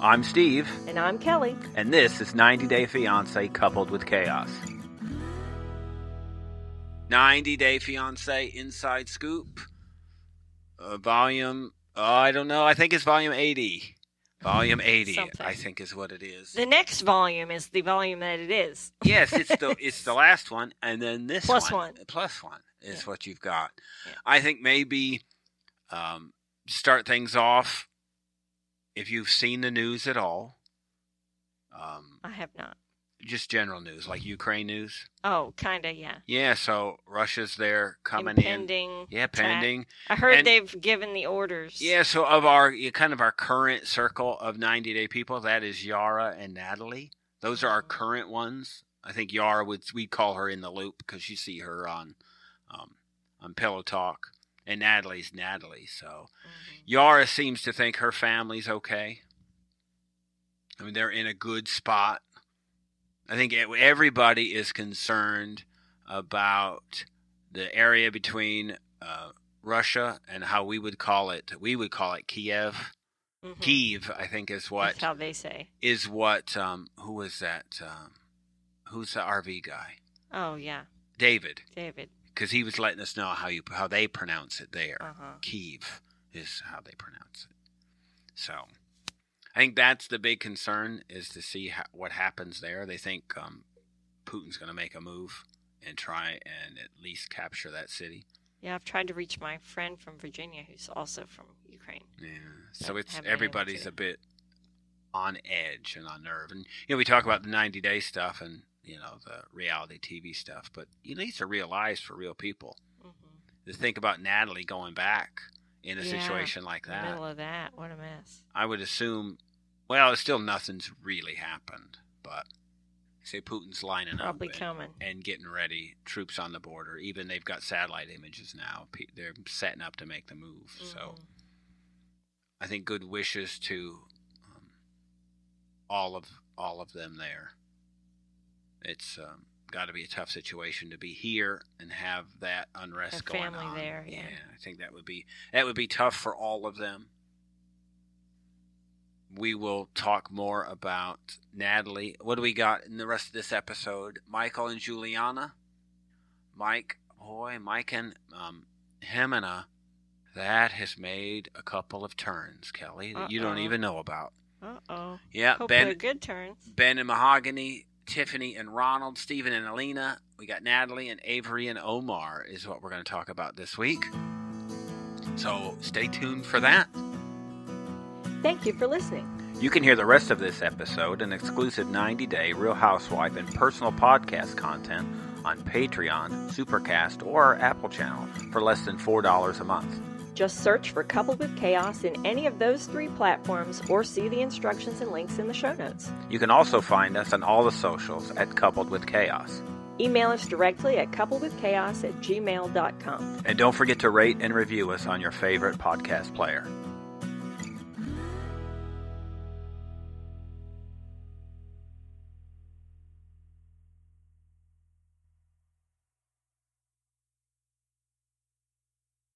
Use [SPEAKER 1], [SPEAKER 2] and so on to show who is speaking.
[SPEAKER 1] I'm Steve,
[SPEAKER 2] And I'm Kelly.
[SPEAKER 1] and this is 90 Day Fiance coupled with chaos. 90 Day Fiance Inside Scoop, uh, volume, uh, I don't know, I think it's volume 80. Volume 80,
[SPEAKER 2] Something.
[SPEAKER 1] I think is what it is.
[SPEAKER 2] The next volume is the volume that it is.
[SPEAKER 1] yes, it's the it's the last one, and then this
[SPEAKER 2] Plus one.
[SPEAKER 1] plus one is
[SPEAKER 2] Yeah.
[SPEAKER 1] what you've got.
[SPEAKER 2] Yeah.
[SPEAKER 1] I think maybe um, start things off if you've seen the news at all, um,
[SPEAKER 2] I have not.
[SPEAKER 1] just general news like Ukraine news.
[SPEAKER 2] Oh, kind of, yeah.
[SPEAKER 1] Yeah, so Russia's there coming
[SPEAKER 2] Impending.
[SPEAKER 1] in. Yeah,
[SPEAKER 2] attack.
[SPEAKER 1] pending.
[SPEAKER 2] I heard
[SPEAKER 1] And-
[SPEAKER 2] they've given the orders.
[SPEAKER 1] Yeah, so of our yeah, kind of our current circle of 90 day people, that is Yara and Natalie. Those are our current ones. I think Yara would we call her in the loop because you see her on um, on Pillow Talk, and Natalie's Natalie. So
[SPEAKER 2] Mhm.
[SPEAKER 1] Yara seems to think her family's okay. I mean, they're in a good spot. I think e- everybody is concerned about the area between uh, Russia and how we would call it. We would call it Kiev.
[SPEAKER 2] Mhm.
[SPEAKER 1] Kiev, I think, is what
[SPEAKER 2] That's how they say.
[SPEAKER 1] is what. Um, who was that? Um, who's the RV guy?
[SPEAKER 2] Oh, yeah.
[SPEAKER 1] David,
[SPEAKER 2] David.
[SPEAKER 1] because he was letting us know how you how they pronounce it there.
[SPEAKER 2] Uh huh.
[SPEAKER 1] Kiev is how they pronounce it. So I think that's the big concern is to see ho- what happens there. They think um, Putin's going to make a move and try and at least capture that city.
[SPEAKER 2] Yeah, I've tried to reach my friend from Virginia who's also from Ukraine.
[SPEAKER 1] Yeah. So
[SPEAKER 2] That
[SPEAKER 1] it's
[SPEAKER 2] happened in
[SPEAKER 1] everybody's
[SPEAKER 2] Virginia.
[SPEAKER 1] a bit on edge and on nerve. And you know, we talk about the 90 day stuff and you know the reality TV stuff, but you know these are real lives for real people.
[SPEAKER 2] Mm-hmm.
[SPEAKER 1] To think about Natalie going back in a
[SPEAKER 2] Yeah.
[SPEAKER 1] situation like
[SPEAKER 2] In the
[SPEAKER 1] that.
[SPEAKER 2] middle of that. What a mess.
[SPEAKER 1] I would assume. Well, still nothing's really happened, but say Putin's lining
[SPEAKER 2] Probably
[SPEAKER 1] up and,
[SPEAKER 2] coming.
[SPEAKER 1] and getting ready. Troops on the border. Even they've got satellite images now. Pe- They're setting up to make the move. So
[SPEAKER 2] Mhm.
[SPEAKER 1] I think good wishes to um, all of all of them there. It's um, got to be a tough situation to be here and have that unrest
[SPEAKER 2] Have
[SPEAKER 1] going
[SPEAKER 2] family
[SPEAKER 1] on.
[SPEAKER 2] there, yeah.
[SPEAKER 1] I think that would be that would be tough for all of them. We will talk more about Natalie. What do we got in the rest of this episode? Michael and Juliana, Mike, boy, Mike and um, Hemina. That has made a couple of turns, Kelly, that you don't
[SPEAKER 2] Uh-oh.
[SPEAKER 1] even know about.
[SPEAKER 2] Uh-oh.
[SPEAKER 1] Yeah,
[SPEAKER 2] Hope
[SPEAKER 1] Ben
[SPEAKER 2] they're good turns.
[SPEAKER 1] Ben and Mahogany, Tiffany and Ronald, Stephen and Alina. We got Natalie and Avery and Omar is what we're going to talk about this week. So stay tuned for that.
[SPEAKER 2] Thank you for listening.
[SPEAKER 1] You can hear the rest of this episode and exclusive 90 day Real Housewife and personal podcast content on Patreon, Supercast, or our Apple channel for less than $4 a month.
[SPEAKER 2] Just search for Coupled with Chaos in any of those three platforms or see the instructions and links in the show notes.
[SPEAKER 1] You can also find us on all the socials at Coupled with Chaos.
[SPEAKER 2] Email us directly at coupledwithchaos at gmail.com.
[SPEAKER 1] And don't forget to rate and review us on your favorite podcast player.